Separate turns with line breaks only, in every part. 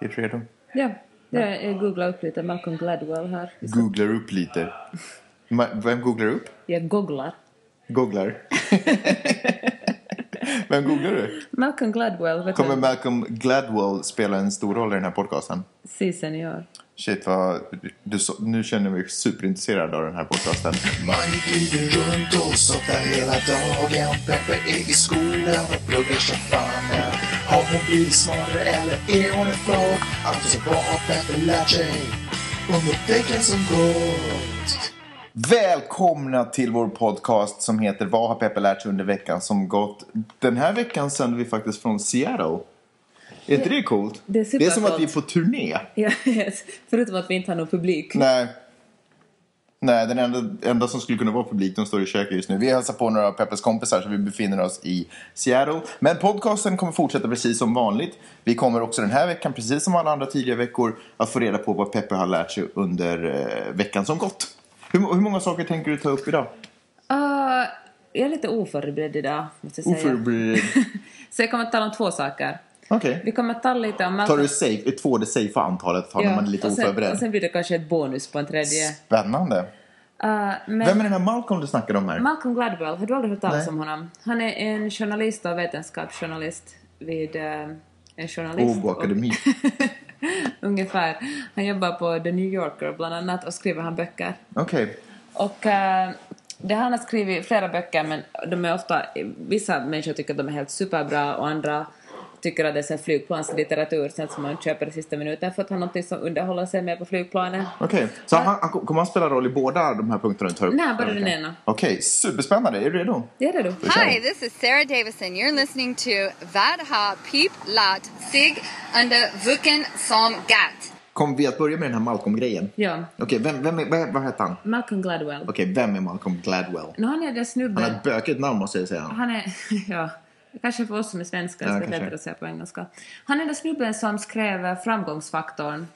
Helt redo.
Ja, jag eh, googlar upp lite Malcolm Gladwell här.
Googlar upp lite. Ma- Vem googlar upp?
Jag googlar.
Googlar. Vem googlar du?
Malcolm Gladwell, vet
Kommer
du?
Malcolm Gladwell spela en stor roll i den här podcasten?
Si senior.
Shit vad... Du, så- nu känner jag mig superintresserad av den här podcasten.
Man glider runt och softar hela dagen. Peppe är i skolan och pluggar som fan. Har hon blivit smartare eller är hon en flop? Alltså vad har Peppe lärt sig under veckan som gått?
Välkomna till vår podcast som heter Vad har Peppe lärt sig under veckan som gått? Den här veckan sänder vi faktiskt från Seattle. Är inte det coolt?
Det är
det är som att vi är
supercoolt.
på turné.
Ja, yes. Förutom att vi inte har någon publik.
Nej. Nej, den enda, enda som skulle kunna vara publik, de står i köket just nu. Vi hälsar på några av Peppes kompisar, så vi befinner oss i Seattle. Men podcasten kommer fortsätta precis som vanligt. Vi kommer också den här veckan, precis som alla andra tidigare veckor, att få reda på vad Peppe har lärt sig under eh, veckan som gått. Hur, hur många saker tänker du ta upp idag?
Ah, jag är lite oförberedd idag, måste jag säga.
Oförberedd.
Så jag kommer att tala om två saker.
Okej.
Vi kommer att tala lite om
Tar
Malcolm...
du safe, två det safe antalet, för när man är lite
och sen, Och
oförberedd?
sen blir det kanske ett bonus på en tredje.
Spännande.
Ah, men
Vem är den här Malcolm du snackade om här?
Malcolm Gladwell, har du aldrig hört talas
Nej.
om honom? Han är en journalist och vetenskapsjournalist vid... eh, en journalist...
Åbo
och-
Akademi.
Ungefär. Han jobbar på The New Yorker bland annat och skriver han böcker.
Okej.
Och eh, det han har skrivit flera böcker men de är ofta, vissa människor tycker att de är helt superbra och andra tycker att det är så här flygplanslitteratur sånt som man köper i sista minuten för att ha någonting som underhåller sig med på flygplanet.
Okej, så han, han, kommer han spela roll i båda de här punkterna du tar upp?
Nej, bara den ena.
Okej, superspännande. Är du redo?
Det är det du.
Då kör
Hi,
vi.
this is Sarah Davison. You're listening to Vad har Pip lat sig under vuken som gatt?
Kommer vi att börja med den här Malcolm-grejen?
Ja.
Okej, vem, vem är, vad, vad heter han?
Malcolm Gladwell.
Okej, vem är Malcolm Gladwell?
Nu han är den snubben.
Han har ett bökigt namn måste jag säga.
Han är, ja, kanske för oss som är svenskar
Ja,
så det är
kanske.
lättare att säga på engelska. Han är den snubben som skrev eh, framgångsfaktorn.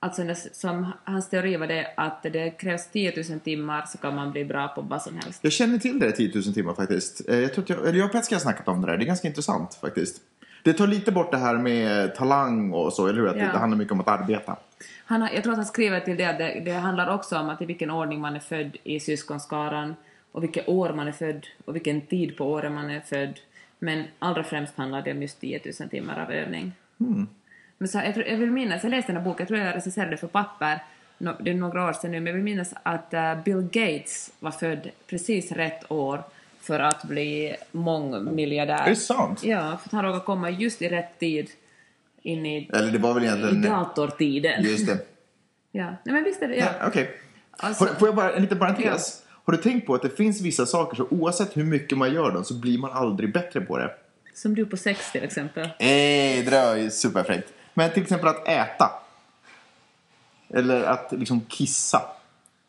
Alltså den- som, hans teori var det att det krävs 10 000 timmar så kan man bli bra på vad som helst.
Jag känner till det här 10 000 timmar faktiskt. Eh, Jag, tror att jag, eller jag och Petska har snackat om det där. Det är ganska intressant faktiskt. Det tar lite bort det här med talang och så, eller hur? Att
Ja.
det, det handlar mycket om att arbeta.
Han, har- jag tror att han skriver till det att det, det handlar också om att i vilken ordning man är född i syskonskaran och vilket år man är född och vilken tid på året man är född. Men allra främst handlar det om just 10 000 timmar av övning.
Mm.
Men så, jag, tror- jag vill minnas, jag läste den här boken, jag tror jag recenserade för papper, no, det är några år sedan nu, men jag vill minnas att eh, Bill Gates var född precis rätt år för att bli mångmiljardär.
Är det sant?
Ja, för att han råkade komma just i rätt tid in i,
Eller det var väl
i
egentligen...
datortiden.
Just det.
Ja, nej men visst är det... Ja.
Ja, Okej.
Alltså-
Får- Får jag bara, en liten parentes? Har du tänkt på att det finns vissa saker så oavsett hur mycket man gör dem så blir man aldrig bättre på det?
Som du på sex till exempel.
Eh, det där är ju superfräckt. Men till exempel att äta. Eller att liksom kissa.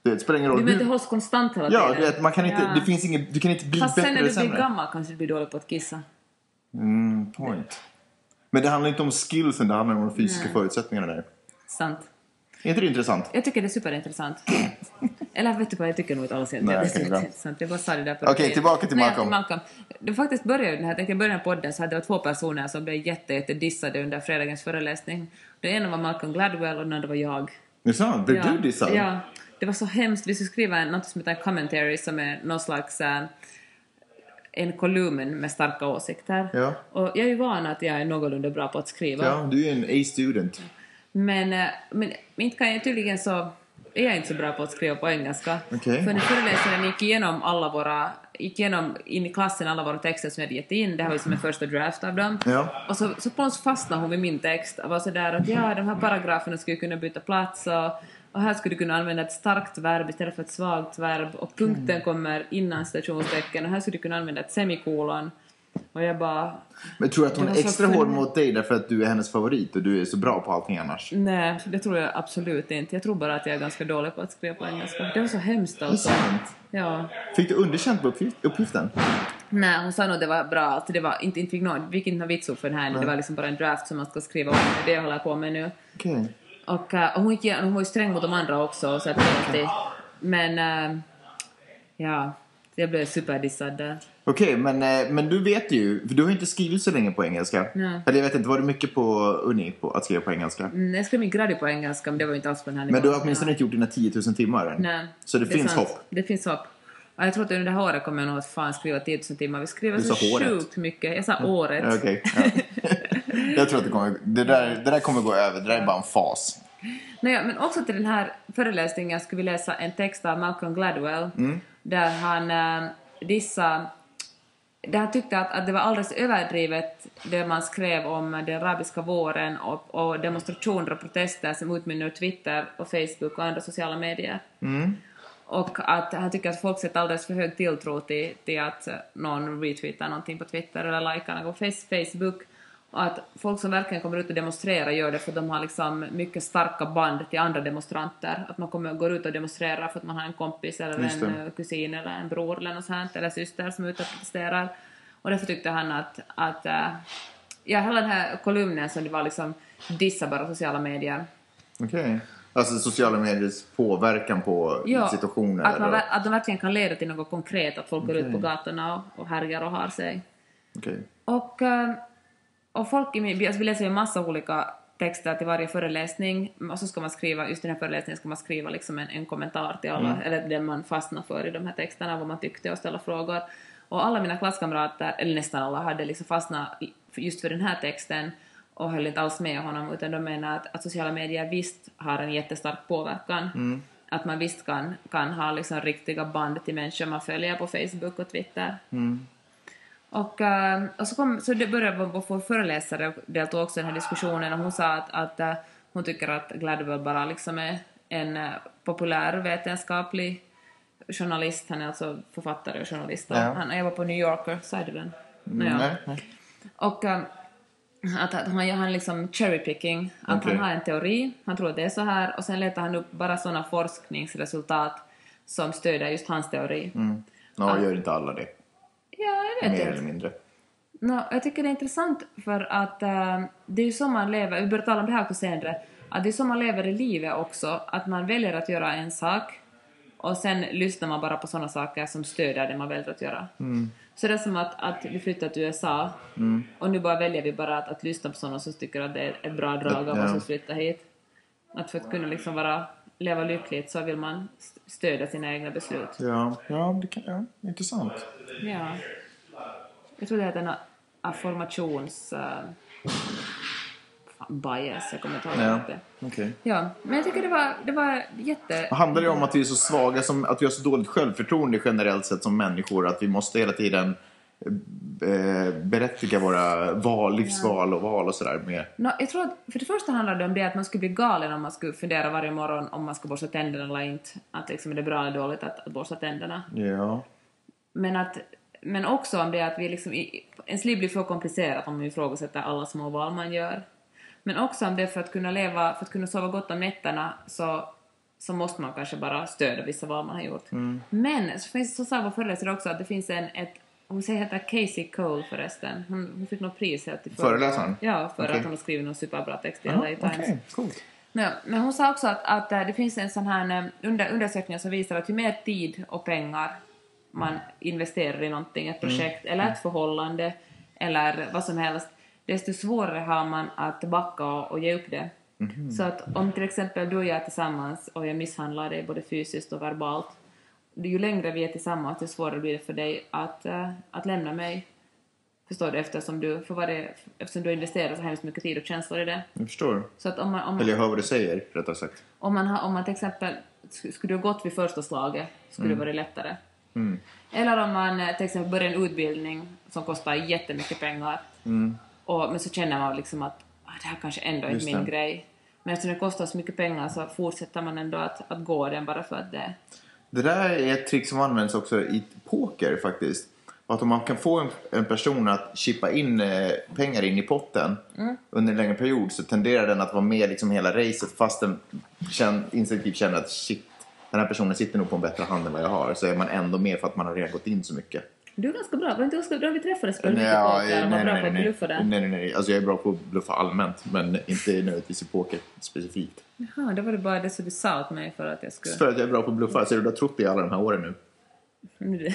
Det spelar ingen roll
Du menar det
hur...
hålls konstant hela
Ja,
tiden?
du vet, man kan inte,
Ja.
det finns ingen, du kan inte bli
Fast
bättre
sen när
eller
du blir
sämre.
gammal kanske du blir dålig på att kissa.
Mm, point. Men det handlar inte om skillsen, det handlar om de fysiska förutsättningarna där.
Sant.
Är inte det intressant?
Jag tycker det är superintressant. Eller vet du vad, jag tycker nog inte alls egentligen
Nej,
det är
okej, bra.
superintressant. Jag bara sa det där på
Okej, tillbaka till
Nej,
Malcolm.
Malcolm. Det faktiskt började den här, jag tänkte i början av podden så hade det var två personer som blev jätte, jätte dissade under fredagens föreläsning. Den ena var Malcolm Gladwell och den andra var jag.
Det är sant, blev
ja.
du dissad?
Ja. Det var så hemskt. Vi skulle skriva en- något som heter commentary som är någon slags eh, en kolumn med starka åsikter.
Ja.
Och jag är ju van att jag är någorlunda bra på att skriva.
Ja, du är en A-student.
Men, eh, men inte kan jag tydligen så är jag inte så bra på att skriva på engelska.
Okej.
För när föreläsaren gick igenom alla våra, gick igenom in i klassen alla våra texter som jag hade gett in, det här var ju som en första draft av dem.
Ja.
Och så, så på något fastnade hon vid min text och var sådär att ja, de här paragraferna skulle kunna byta plats och, och här skulle du kunna använda ett starkt verb istället för ett svagt verb och punkten kommer innan citationstecken och här skulle du kunna använda ett semikolon. Och jag bara,
Men tror du att hon
Det
är
var så
extra hård
fun-
mot dig därför att du är hennes favorit och du är så bra på allting annars?
Nej, det tror jag absolut inte. Jag tror bara att jag är ganska dålig på att skriva på engelska. Det var så hemskt
Det är
alltså.
sant.
Ja.
Fick du underkänt på uppgift, uppgiften?
Nej, hon sa nog det var bra. Alltså, det var inte, inte fick någon, vi fick inte någon vitsord för den här. Det var liksom bara en draft som man ska skriva om. Det är det jag håller på med nu.
Okej.
Och, eh, och hon, gick, igenom- hon var ju sträng mot de andra också. Så att det var alltid- Men eh, ja, jag blev superdissad där.
Okej, men, eh, men du vet ju, för du har inte skrivit så länge på engelska.
Nej.
Eller jag vet inte, var det mycket på Uni på, att skriva på engelska?
Mm, jag skrev min gradig på engelska, men det var ju inte alls på den här
Men
nivån.
du har åtminstone
Ja.
inte gjort dina 10 000 timmar än.
Nej.
Så det,
är
finns
sant.
hopp.
Det finns hopp. Ja, jag tror att under det här året kommer jag nog att fan skriva 10 000 timmar. Vi skriver
Du
så
sa håret.
sjukt mycket. Jag sa året.
Ja, Okej. ja. jag tror att det kommer, det där, det där kommer gå över. Det där är bara en fas.
Nej, ja, men också till den här föreläsningen skulle vi läsa en text av Malcolm Gladwell
Mm.
där han eh, dissade där han tyckte att, att det var alldeles överdrivet det man skrev om den arabiska våren och, och demonstrationer och protester som utmynnar i Twitter och Facebook och andra sociala medier. Och att han tycker att folk sätter alldeles för hög tilltro till, till att eh, någon retweetar någonting på Twitter eller likar något på Face- Facebook. Och att folk som verkligen kommer ut och demonstrerar gör det för att de har liksom mycket starka band till andra demonstranter. Att man kommer, går ut och demonstrerar för att man har en kompis eller
Just
en
det.
eh, kusin eller en bror eller något sånt, eller syster som är ute och protesterar. Och därför tyckte han att, att eh, ja, hela den här kolumnen som det var liksom dissa bara sociala medier.
Okej. Alltså sociala mediers påverkan på situationer.
att, man,
och-
ver- att de verkligen kan leda till något konkret, att folk går ut på
Okej.
gatorna och, och härjar och har sig.
Okej.
Och, eh, och folk i min, alltså vi läser ju en massa olika texter till varje föreläsning och så ska man skriva, just den här föreläsningen ska man skriva liksom en, en kommentar till alla, eller den man fastnar för i de här texterna, vad man tyckte och ställa frågor. Och alla mina klasskamrater, eller nästan alla, hade liksom fastnat i- för- just för den här texten och höll inte alls med honom utan de menar att, att sociala medier visst har en jättestark påverkan. Att man visst kan, kan ha liksom riktiga band till människor man följer på Facebook och Twitter. Och, eh, och så, kom, så det började vår, vår- vår föreläsare deltog också i den här diskussionen och hon sa att, att eh, hon tycker att Gladwell bara liksom är en eh, populär vetenskaplig journalist. Han är alltså författare och journalist. Och
Ja.
Han jobbar på New Yorker, sa jag det väl?
Mm,
Nåja.
nej, nej.
Och eh, att, att han, han liksom cherry picking, att
Okej.
han har en teori, han tror att det är så här och sen letar han upp bara sådana forskningsresultat som stöder just hans teori.
Mm. Ja, gör inte alla det.
Ja, jag vet
Mer
inte.
eller mindre.
Nå, jag tycker det är intressant för att eh, det är ju så man lever, vi börjar tala om det här också senare, att det är så man lever i livet också, att man väljer att göra en sak och sen lyssnar man bara på sådana saker som stöder det man väljer att göra. Så det är som att, att vi flyttar till USA och nu bara väljer vi bara att, att lyssna på sådana som tycker att det är ett bra drag av
Ja.
oss att flytta hit. Att för att kunna liksom vara, leva lyckligt så vill man st- stödja sina egna beslut.
Ja, ja, det kan, ja. intressant.
Ja. Jag tror det heter en affirmations... eh, fan, bias, jag kommer inte ihåg vad det
Ja.
hette.
Okej.
Ja, men jag tycker det var, det var jätte...
Och Handlar det om att vi är så svaga, som, att vi har så dåligt självförtroende generellt sett som människor? Att vi måste hela tiden eh, berättiga våra val, livsval och val och sådär med...
Nå, jag tror att för det första handlar det om det att man skulle bli galen om man skulle fundera varje morgon om man ska borsta tänderna eller inte. Att liksom är det bra eller dåligt att, att borsta tänderna.
Ja.
Men, att, men också om det att vi liksom, i- ens liv blir för komplicerat om vi ifrågasätter alla små val man gör. Men också om det för att kunna leva, för att kunna sova gott om nätterna så, så måste man kanske bara stödja vissa val man har gjort.
Mm.
Men så, finns, så sa vår föreläsare också att det finns en, ett, hon säger heter Casey Cole förresten, hon, hon fick något pris här till för-
Föreläsaren?
Ja, för
Okej.
att hon har skrivit någon superbra text i
Jaha,
LA
Okej,
Times.
coolt.
Men, men hon sa också att, att eh, det finns en sån här eh, under, undersökning som visar att ju mer tid och pengar man investerar i någonting, ett projekt eller ett förhållande eller vad som helst, desto svårare har man att backa och, och ge upp det. Så att om till exempel du och jag är tillsammans och jag misshandlar dig både fysiskt och verbalt, ju längre vi är tillsammans desto svårare blir det för dig att, eh, att lämna mig. Förstår du? Eftersom du, för varje, eftersom du investerar så hemskt mycket tid och känslor i det.
Jag förstår.
Så att om man, om man,
Eller jag hör vad du säger, rättare sagt.
om man, har- om man till exempel sk- skulle ha gått vid första slaget skulle
Mm.
det varit lättare. Eller om man eh, till exempel börjar en utbildning som kostar jättemycket pengar och, men så känner man liksom att ah, det här kanske ändå är
Mm. Just
inte min
det.
grej. Men eftersom det kostar så mycket pengar så fortsätter man ändå att, att gå den bara för att det...
Det där är ett trick som används också i poker faktiskt. Att om man kan få en, en person att chippa in eh, pengar in i potten
Mm.
under en längre period så tenderar den att vara med liksom hela racet fast den känn, instinktivt känner att shit, den här personen sitter nog på en bättre hand än vad jag har. Så är man ändå med för att man har redan gått in så mycket.
Du är ganska bra, var inte ganska bra vi träffades? Spelade
Nej,
mycket
ja,
poker och var
nej,
bra
nej,
på
nej,
att
nej.
bluffa
nej,
där.
nej, nej. Alltså jag är bra på att bluffa allmänt men inte nödvändigtvis i poker specifikt.
Jaha, det var det bara det som du sa åt mig för att jag skulle...
För att jag är bra på att bluffa, så du har trott det i alla de här åren nu.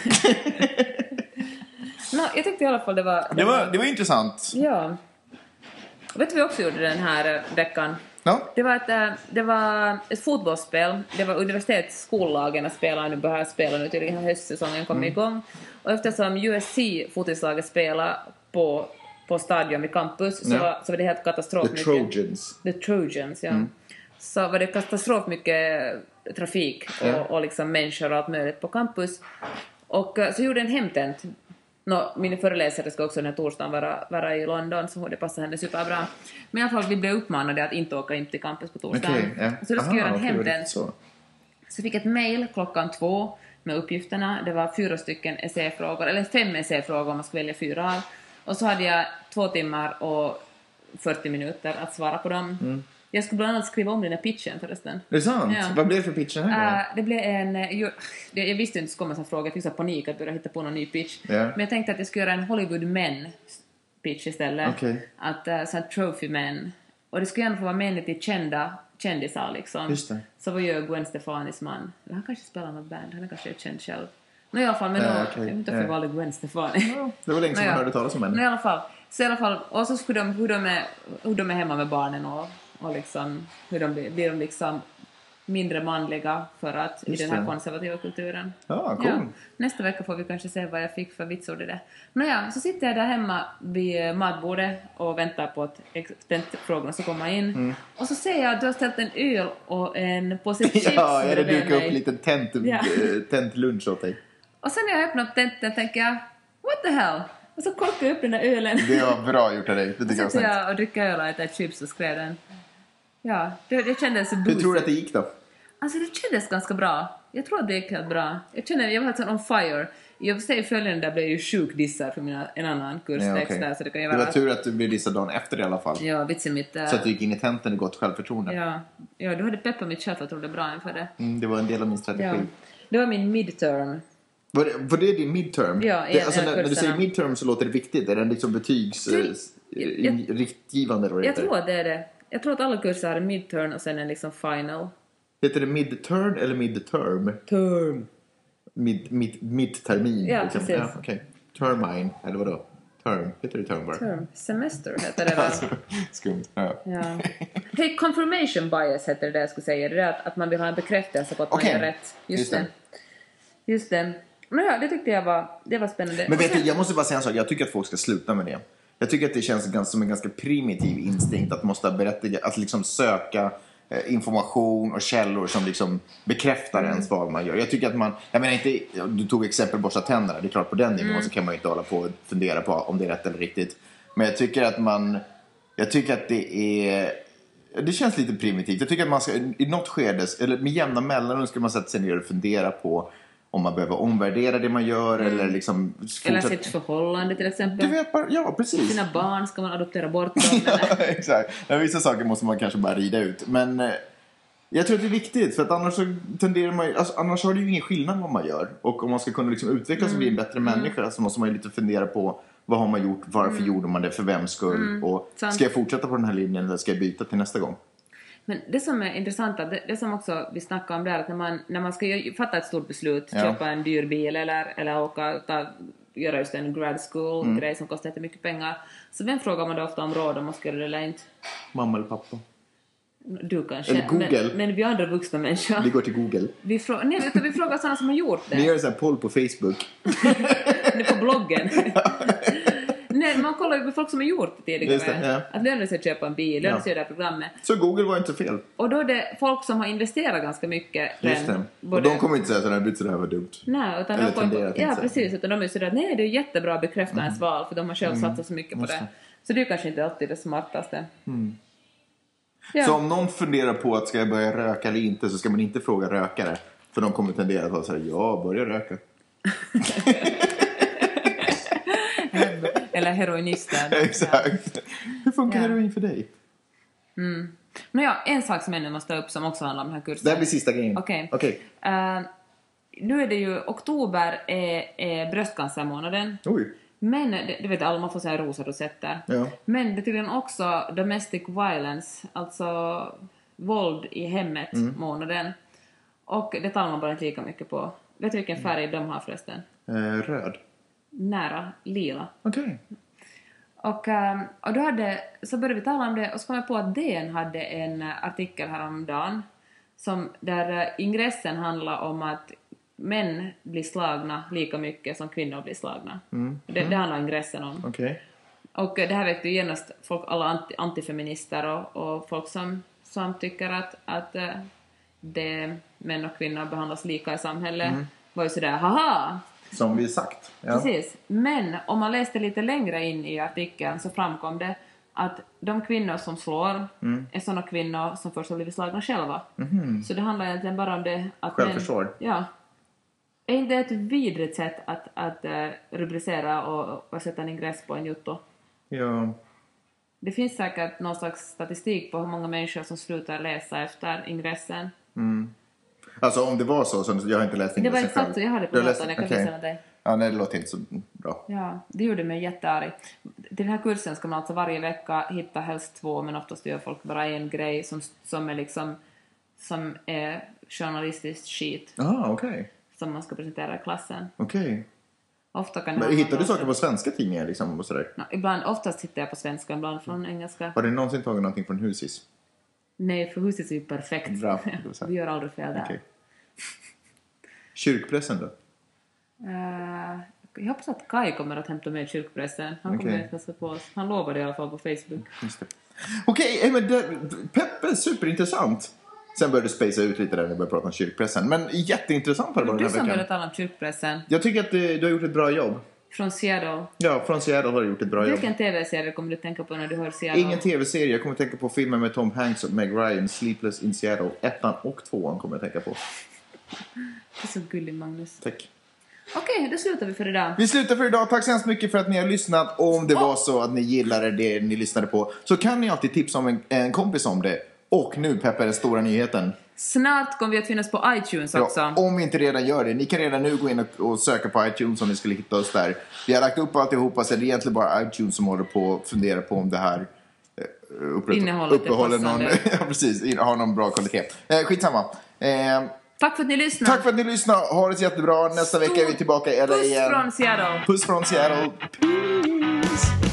Nå, jag tyckte i alla fall det var...
Det var, det var intressant.
Ja. Vet du vad vi också gjorde den här eh, veckan?
Ja.
Det var, ett, eh, det var ett fotbollsspel. Det var universitetsskolelagen att spela nu börjar spela nu tydligen. Höstsäsongen kom igång. Och eftersom USC fotislaget spelar på, på stadion vid campus så,
Ja.
var, så var det helt katastrof.
The
mycket-
Trojans.
The Trojans, ja.
Mm.
Så var det katastrof mycket trafik och,
Ja.
och liksom människor och allt möjligt på campus. Och eh, så gjorde en hemtent. Nå, min föreläsare ska också den här torsdagen vara, vara i London, så det passar henne superbra. Men i alla fall, vi blev uppmanade att inte åka in till campus på torsdagen.
Okej, ja.
Så du ska
Aha,
göra en
okej, det var
hemtent.
riktigt så.
Så jag fick ett mejl klockan två med uppgifterna. Det var fyra stycken essäfrågor, eller fem essäfrågor om man skulle välja fyra av. Och så hade jag två timmar och 40 minuter att svara på dem. Jag skulle bland annat skriva om den här pitchen förresten.
Det är sant.
Ja.
Vad blev det för pitch den här gången?
Äh, det blev en... eh, ju- det- Jag visste inte det skulle komma en sån fråga, jag fick så här panik att börja hitta på någon ny pitch.
Ja.
Men jag tänkte att jag skulle göra en Hollywood men pitch istället.
Okej.
Att uh, sån här trophy men. Och det skulle gärna få vara män till kända kändisar liksom.
Just det.
Så vad gör Gwen Stefanis man? Eller Han kanske spelar något band, han är kanske är känd själv. Nå i alla fall, men då,
Ja, okej.
jag vet inte varför
Ja.
jag valde Gwen Stefani.
Det var länge sedan
Nå,
man
Eh, ja.
hörde talas om
Nå, i
henne.
alla fall. Så i alla fall, och så skulle de, hur de är, hur de är hemma med barnen och, och liksom, hur de blir, blir de liksom mindre manliga för att
Just
i den här
det.
konservativa kulturen.
Ja, cool.
Ja. Nästa vecka får vi kanske se vad jag fick för vitsord i det. Nåja, så sitter jag där hemma vid matbordet och väntar på att experimentfrågorna ska komma in. Och så ser jag att du har ställt en öl och en påse chips
Mm. Ja, jag hade
bredvid
dukat upp
mig.
en liten tent,
Ja.
eh, tentlunch åt dig.
Och sen när jag öppnat tenten tänker jag, what the hell? Och så korkar jag upp den där ölen.
Det var bra gjort av dig. Det tycker jag var
Sitter
snällt.
Alltså, jag och dricker öl och äter chips och skrev den. Ja, det, det kändes så
Hur tror du
boozy.
att det gick då?
Alltså det kändes ganska bra. Jag tror att det gick helt bra. Jag känner, jag var helt sån on fire. I och för sig följande där blev jag ju sjuk dissad för mina, en annan
Ja,
kurstext
okej.
där så det kan ju
det
vara...
var tur att du blev dissad dagen efter i alla fall.
Ja, vitsen mitt... äh,
Så att du gick in i tenten i gott självförtroende.
ja, ja, du hade peppat mitt självförtroende bra inför det.
Mm, det var en del av min
Ja.
strategi.
Det var min midterm.
Var, det, var det din midterm?
Ja, i
det,
en-
alltså,
en av
när, när du säger
kurserna.
midterm så låter det viktigt. Är den liksom betygs...
Du-
eh, s-
jag-
in- riktgivande eller vad det
Jag
heter?
tror att det är det. Jag tror att alla kurser har en midterm och sen en liksom final.
Heter det midterm eller midterm?
Term.
Mid, mid, midtermin?
Ja,
liksom.
precis.
Ja, okay. Termine, eller vadå? Term? Heter det term bara?
Term. Semester heter det väl?
Alltså, skumt. Ja.
Ja. Hey, confirmation bias heter det där jag skulle säga. Det där att, att man vill ha en bekräftelse på att
Okej.
man gör rätt. Just,
Just
det.
det.
Just det. Men ja, det tyckte jag var, det var spännande.
Men
Och
vet du,
sen-
jag måste bara säga en sak. Jag tycker att folk ska sluta med det. Jag tycker att det känns ganska, som en ganska primitiv instinkt att måste berättiga, att liksom söka eh, information och källor som liksom bekräftar ens val man gör. Jag tycker att man, jag menar inte, du tog exempel borsta tänderna, det är klart på den nivån så kan man ju inte hålla på och fundera på om det är rätt eller riktigt. Men jag tycker att man, jag tycker att det är det känns lite primitivt. Jag tycker att man ska, i något skede, eller med jämna mellanrum ska man sätta sig ner och fundera på om man behöver omvärdera det man gör eller liksom
Eller
fortsätta-
sitt förhållande till
Du
exempel.
vet bara, ja precis.
Sina barn, ska man adoptera bort dem?
Ja,
Eller?
exakt. Ja, vissa saker måste man kanske bara rida ut. Men eh, jag tror att det är viktigt för att annars så tenderar man ju, alltså, annars har det ju ingen skillnad vad man gör. Och om man ska kunna liksom utvecklas och bli
Mm.
en bättre människa så måste man ju lite fundera på vad har man gjort, varför gjorde man det, för vems skull och
Mm. sant.
ska jag fortsätta på den här linjen eller ska jag byta till nästa gång?
Men det som är intressant, att det, det som också vi snackade om där, att när man, när man ska ju fatta ett stort beslut,
Ja.
köpa en dyr bil eller, eller åka, ta, göra just en grad
Mm.
school-grej som kostar jättemycket pengar, så vem frågar man då ofta om råd om man ska göra det eller inte?
Mamma eller pappa?
Du kanske.
Eller Google.
Men, men vi andra vuxna människor.
Vi går till Google.
Vi, frå- nej, vet du, vi frågar sådana som har gjort
Vi
det.
gör en sån här poll på Facebook.
Det är på bloggen. nej, man kollar ju på folk som har gjort det tidigare.
Just det, ja.
Att lönar det sig att köpa en bil, lönar det sig att göra det här programmet.
Så Google var inte fel.
Och då är det folk som har investerat ganska mycket.
Just det.
redan.
Och de kommer inte säga sådär, du, så det här var dumt.
Nej, utan
Eller
de kommer,
tenderat inte
ja,
så.
precis, utan de är ju sådär att nej, det är jättebra att bekräfta ens val för de har själv satsat så mycket
Mm.
på
just
det.
det. Mm.
Så det är ju kanske inte alltid det smartaste. Ja.
Så om någon funderar på att ska jag börja röka eller inte så ska man inte fråga rökare. För de kommer tendera att vara såhär, ja, börja röka.
Eller heroinisten.
Exakt. Hur funkar
Ja.
heroin för dig?
Men ja, en sak som jag nu måste ta upp som också handlar om den här kursen.
Det här blir sista grejen.
Okej.
Okej.
Eh, nu är det ju oktober är, är bröstcancermånaden.
Oj.
Men, det- du vet alla, man får säga rosor rosetter.
Ja.
Men det är tydligen också domestic violence, alltså våld i hemmet,
Mm.
månaden. Och det talar man bara inte lika mycket på. Vet du vilken färg de har förresten?
Eh, röd.
nära lila.
Okej.
Och, ehm, och då hade, så började vi tala om det och så kom jag på att DN hade en eh, artikel häromdagen som, där eh, ingressen handlar om att män blir slagna lika mycket som kvinnor blir slagna. Det, det handlar ingressen om.
Okej.
Och eh, det här väckte ju genast folk, alla anti, antifeminister och, och folk som, som tycker att, att eh, det, män och kvinnor behandlas lika i samhället var ju sådär haha!
Som vi sagt. Ja.
Precis. Men om man läste lite längre in i artikeln så framkom det att de kvinnor som slår
Mm.
är sådana kvinnor som först har blivit slagna själva. Så det handlar egentligen bara om det att
Mhm. Självförsvar.
Män, ja. Är inte det ett vidrigt sätt att, att eh, rubricera och, och sätta en ingress på en jotto?
Ja.
Det finns säkert någon slags statistik på hur många människor som slutar läsa efter ingressen.
Alltså om det var så, så jag har inte läst
Det var
ingressen
exakt
själv.
så, jag hade på
Du har läst-
datorn, jag kan
okej.
visa den dig.
Ja, nej det låter inte så bra.
Ja, det gjorde mig jättearg. Till den här kursen ska man alltså varje vecka hitta helst två, men oftast gör folk bara en grej som, som är liksom som är journalistiskt skit
Ah, okej.
som man ska presentera i klassen.
Okej.
Ofta kan det
Men
handla
Hittar
om-
du saker på svenska tidningar liksom och sådär?
No, ibland, oftast hittar jag på svenska, ibland från engelska.
Har du någonsin tagit någonting från Husis?
Nej, för huset är ju perfekt.
Bra, det var så här.
Vi gör aldrig fel där.
Okej. Kyrkpressen då?
Eh, jag hoppas att Kai kommer att hämta med kyrkpressen. Han kommer
Okej.
att hälsa på oss. Han lovade i alla fall på Facebook.
Just det. Okej, eh, men det, Peppe, superintressant. Sen började du spacea ut lite där när du började prata om kyrkpressen. Men jätteintressant har det varit
Du
den här
som
veckan.
började tala om kyrkpressen.
Jag tycker att eh, du har gjort ett bra jobb.
Från Seattle.
Ja, från Seattle har du gjort ett bra jobb.
Vilken TV-serie kommer du tänka på när du hör Seattle?
Ingen tv-serie. Jag kommer att tänka på filmen med Tom Hanks och Meg Ryan, Sleepless in Seattle. Ettan och tvåan kommer jag att tänka på.
Det är så gullig Magnus.
Tack.
Okej, då slutar vi för idag.
Vi slutar för idag. Tack så hemskt mycket för att ni har lyssnat. Om det var så att ni gillade det ni lyssnade på så kan ni alltid tipsa om en, en kompis om det. Och nu Peppe, den stora nyheten.
Snart kommer vi att finnas på iTunes också.
Ja, om vi inte redan gör det. Ni kan redan nu gå in och, och söka på iTunes om ni skulle hitta oss där. Vi har lagt upp alltihopa så det är egentligen bara iTunes som håller på att fundera på om det här eh, upprätt-
Innehållet är
uppehåller någon,
passande.
ja, precis, in- har någon bra kvalitet. Eh, skitsamma. Eh,
Tack för att ni lyssnade.
tack för att ni lyssnade. Ha det så jättebra. Nästa vecka är vi tillbaka i LA
Puss
igen.
från Seattle.
Puss från Seattle. Peace.